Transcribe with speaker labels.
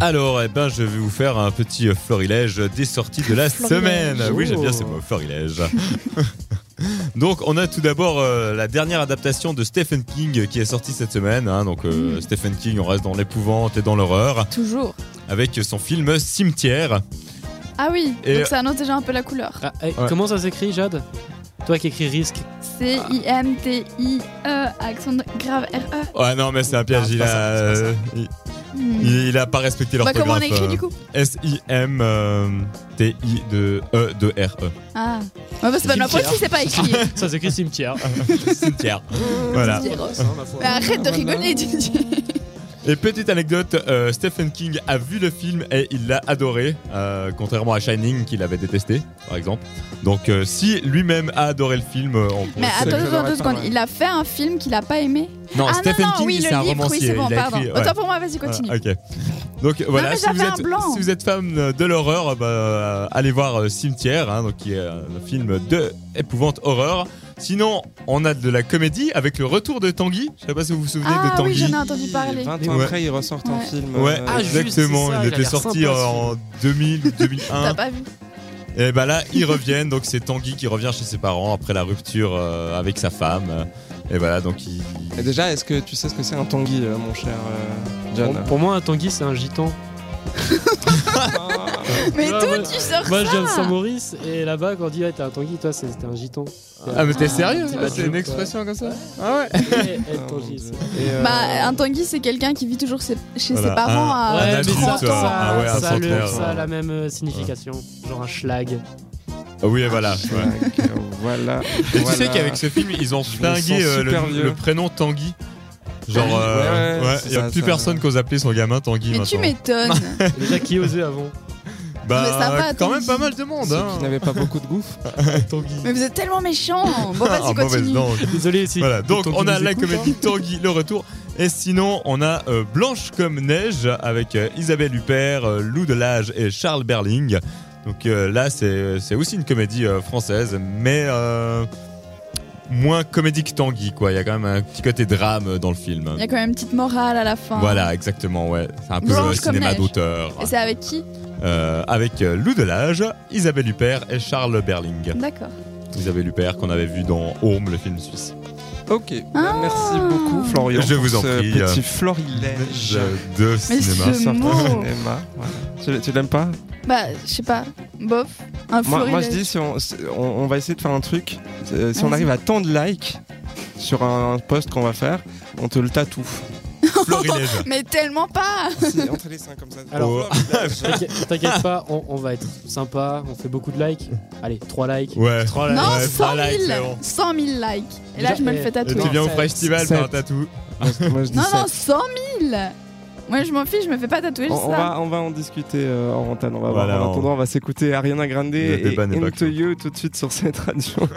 Speaker 1: Alors, eh ben, je vais vous faire un petit euh, florilège des sorties de la semaine. Oui, j'aime bien ces mots, florilège. Donc, on a tout d'abord euh, la dernière adaptation de Stephen King qui est sortie cette semaine. hein. donc, euh, Stephen King, on reste dans l'épouvante et dans l'horreur
Speaker 2: Toujours.
Speaker 1: avec son film Cimetière.
Speaker 2: Ah oui,
Speaker 1: Et-
Speaker 2: donc ça annonce déjà un peu la couleur.
Speaker 3: Ah, eh,
Speaker 1: Ouais.
Speaker 3: Comment ça s'écrit, Jade Toi qui écris risque.
Speaker 2: C-I-M-T-I-E, E, accent de- grave R-E.
Speaker 1: Ouais, non, mais c'est un piège.
Speaker 3: Ah,
Speaker 1: il,
Speaker 3: pas
Speaker 1: a,
Speaker 3: ça, c'est pas ça.
Speaker 1: euh, il,
Speaker 2: Hmm.
Speaker 1: il- il a pas respecté
Speaker 2: Bah,
Speaker 1: l'orthographe. euh,
Speaker 2: comment on écrit du coup
Speaker 1: E S-I-M-T-I-E-R-E.
Speaker 2: Ah. Ouais, bah, c'est pas de ma faute si c'est pas écrit.
Speaker 3: Ça s'écrit cimetière.
Speaker 1: Ah, Cimetière.
Speaker 4: Ah.
Speaker 1: voilà.
Speaker 2: Mais Bah, arrête de rigoler, Didier.
Speaker 1: Et petite anecdote, euh, Stephen King a vu le film et il l'a adoré, euh, contrairement à Shining qu'il avait détesté, par exemple. Donc euh, si lui-même a adoré le film, euh, on
Speaker 2: Mais
Speaker 1: on-
Speaker 2: attends,
Speaker 4: que
Speaker 2: attends,
Speaker 4: j'aurais
Speaker 2: deux
Speaker 4: pas,
Speaker 2: secondes.
Speaker 4: ouais.
Speaker 2: Il a fait un film qu'il a pas aimé.
Speaker 1: non,
Speaker 2: ah
Speaker 1: Stephen
Speaker 2: non, non,
Speaker 1: King
Speaker 2: oui, le
Speaker 1: c'est un
Speaker 2: livre,
Speaker 1: romancier,
Speaker 2: oui, c'est bon,
Speaker 1: il a
Speaker 2: pardon.
Speaker 1: écrit. ouais.
Speaker 2: Autant pour moi, vas-y, continue.
Speaker 1: Ah, ok. Donc voilà,
Speaker 2: mais
Speaker 1: si, vous
Speaker 2: j'avais
Speaker 1: êtes,
Speaker 2: un blanc.
Speaker 1: si vous êtes fan euh, de l'horreur, bah, euh, allez voir euh, Cimetière, hein, donc qui est un film de épouvante horreur. Sinon, on a de la comédie avec le retour de Tanguy. Je sais pas si vous vous souvenez
Speaker 2: Ah
Speaker 1: de
Speaker 2: oui,
Speaker 1: Tanguy.
Speaker 2: j'en ai entendu parler.
Speaker 4: 20 ans
Speaker 1: Ouais.
Speaker 4: après, ils ressortent un
Speaker 2: Ouais.
Speaker 4: film.
Speaker 1: Ouais,
Speaker 4: euh,
Speaker 3: Ah, juste,
Speaker 1: exactement. il
Speaker 3: c'est ça, il a
Speaker 1: était
Speaker 3: l'air
Speaker 1: sorti
Speaker 3: sympa,
Speaker 1: en 2000 ou 2001.
Speaker 2: T'as pas vu
Speaker 1: Et bah là, ils reviennent. Donc c'est Tanguy qui revient chez ses parents après la rupture euh, avec sa femme. Et voilà, donc il.
Speaker 4: Et déjà, est-ce que tu sais ce que c'est un tanguy, euh, mon cher euh, John
Speaker 1: Oh,
Speaker 3: Pour, pour moi, un tanguy, c'est un gitan.
Speaker 4: Ah.
Speaker 2: Mais
Speaker 3: Ouais,
Speaker 2: d'où
Speaker 3: ouais.
Speaker 2: tu sors
Speaker 3: Moi, je viens de
Speaker 2: ça
Speaker 3: Saint-Maurice et là-bas, quand on dit ouais, t'es un tanguy, toi, c'est- c'était un gitan.
Speaker 1: Ah, mais t'es sérieux
Speaker 3: C'est pas
Speaker 1: C'est
Speaker 3: joke,
Speaker 1: une expression comme ça Ah ouais
Speaker 3: Eh, eh,
Speaker 4: Ah, mon
Speaker 3: tanguy,
Speaker 4: Dieu.
Speaker 3: c'est-
Speaker 4: Et, euh,
Speaker 2: Bah, un tanguy, c'est quelqu'un qui vit toujours ses- chez
Speaker 1: Voilà,
Speaker 2: ses parents
Speaker 1: un-
Speaker 2: à
Speaker 1: Ah, un
Speaker 3: Ouais, mais
Speaker 1: adulte,
Speaker 2: 30
Speaker 1: ouais.
Speaker 2: ans.
Speaker 1: Ah ouais, un
Speaker 3: ça, a le-
Speaker 1: centenaire.
Speaker 3: ça a la même euh, signification, genre un schlag.
Speaker 1: Ah Oui, et voilà. ouais.
Speaker 4: donc, euh, voilà.
Speaker 1: Et tu sais
Speaker 4: voilà.
Speaker 1: qu'avec ce film, ils ont
Speaker 4: Je me
Speaker 1: flingué
Speaker 4: sens
Speaker 1: euh,
Speaker 4: super
Speaker 1: le,
Speaker 4: vieux.
Speaker 1: le prénom Tanguy. Genre,
Speaker 4: Ouais,
Speaker 1: euh,
Speaker 4: ouais,
Speaker 1: ouais,
Speaker 4: c'est
Speaker 1: il y a
Speaker 4: ça,
Speaker 1: plus
Speaker 4: ça.
Speaker 1: personne qu'ose appeler son gamin Tanguy
Speaker 2: Mais tu
Speaker 1: maintenant.
Speaker 2: m'étonnes.
Speaker 3: Déjà, qui osait avant
Speaker 1: bah,
Speaker 2: Mais ça va,
Speaker 1: quand
Speaker 2: Tanguy.
Speaker 1: même pas mal de monde.
Speaker 4: Ceux
Speaker 1: Hein.
Speaker 4: qui n'avaient pas beaucoup de gouffre.
Speaker 3: Tanguy.
Speaker 2: Mais vous êtes tellement méchants. Bon,
Speaker 1: Ah,
Speaker 2: vas-y,
Speaker 1: mauvaise
Speaker 2: continue.
Speaker 1: langue.
Speaker 3: Désolé, si.
Speaker 1: Voilà, donc
Speaker 3: Tanguy
Speaker 1: on a
Speaker 3: nous hein.
Speaker 1: la
Speaker 3: écoute,
Speaker 1: comédie Tanguy, le retour. Et sinon, on a euh, Blanche comme neige avec euh, Isabelle Huppert, euh, Lou Delage et Charles Berling. Donc euh, là, c'est c'est aussi une comédie euh, française, mais euh, moins comédie que Tanguy, quoi. Il y a quand même un petit côté drame euh, dans le film.
Speaker 2: Il y a quand même une petite morale à la fin.
Speaker 1: Voilà, exactement, ouais. C'est un peu
Speaker 2: Blanche
Speaker 1: le
Speaker 2: comme
Speaker 1: cinéma
Speaker 2: neige.
Speaker 1: d'auteur.
Speaker 2: Et c'est avec qui
Speaker 1: Euh, avec euh, Lou Delage, Isabelle Huppert et Charles Berling.
Speaker 2: D'accord.
Speaker 1: Isabelle Huppert qu'on avait vu dans Home, le film suisse.
Speaker 4: Ok, bah,
Speaker 2: Ah.
Speaker 4: merci beaucoup Florian.
Speaker 1: Je vous
Speaker 4: pour
Speaker 1: en
Speaker 4: ce
Speaker 1: prie. euh,
Speaker 4: Petit florilège.
Speaker 1: de
Speaker 2: Mais
Speaker 1: cinéma.
Speaker 2: ce
Speaker 4: Sortir au
Speaker 2: mot.
Speaker 4: cinéma, voilà. Tu, tu l'aimes pas
Speaker 2: Bah, je sais pas. Bof. Un
Speaker 4: moi, moi, je
Speaker 2: florilège.
Speaker 4: dis, si on, si- on- on va essayer de faire un truc. Euh, Si on
Speaker 2: Vas-y.
Speaker 4: arrive à tant de likes sur un post qu'on va faire, on te le tatoue.
Speaker 1: Florilège.
Speaker 2: Mais tellement pas
Speaker 4: C'est entre les seins comme ça.
Speaker 1: Alors-
Speaker 3: T'inquiète- T'inquiète pas, on, on va être sympa, on fait beaucoup de likes. Allez, 3 likes.
Speaker 1: Ouais.
Speaker 3: 3 likes.
Speaker 2: Non,
Speaker 1: ouais,
Speaker 2: 100
Speaker 1: voilà,
Speaker 2: 000
Speaker 1: excellent.
Speaker 2: 100 000 likes. Et
Speaker 3: Déjà,
Speaker 2: là, je me le
Speaker 3: eh,
Speaker 2: fais
Speaker 1: Et
Speaker 2: tatouer.
Speaker 1: tu viens au
Speaker 3: Sept.
Speaker 1: festival faire un
Speaker 4: Sept.
Speaker 1: tatou.
Speaker 4: moi, je dis
Speaker 2: Non,
Speaker 4: ça.
Speaker 2: non, 100 000 Moi, je m'en fiche, je me fais pas tatouer,
Speaker 4: On,
Speaker 2: c'est
Speaker 4: on
Speaker 2: ça.
Speaker 4: va, on va en discuter euh, en antenne. On va
Speaker 1: Voilà,
Speaker 4: voir. En
Speaker 1: on-
Speaker 4: attendant, on va s'écouter Ariana Grande
Speaker 1: Le
Speaker 4: et
Speaker 1: débat n'est pas
Speaker 4: Into
Speaker 1: clos.
Speaker 4: You tout de suite sur cette radio.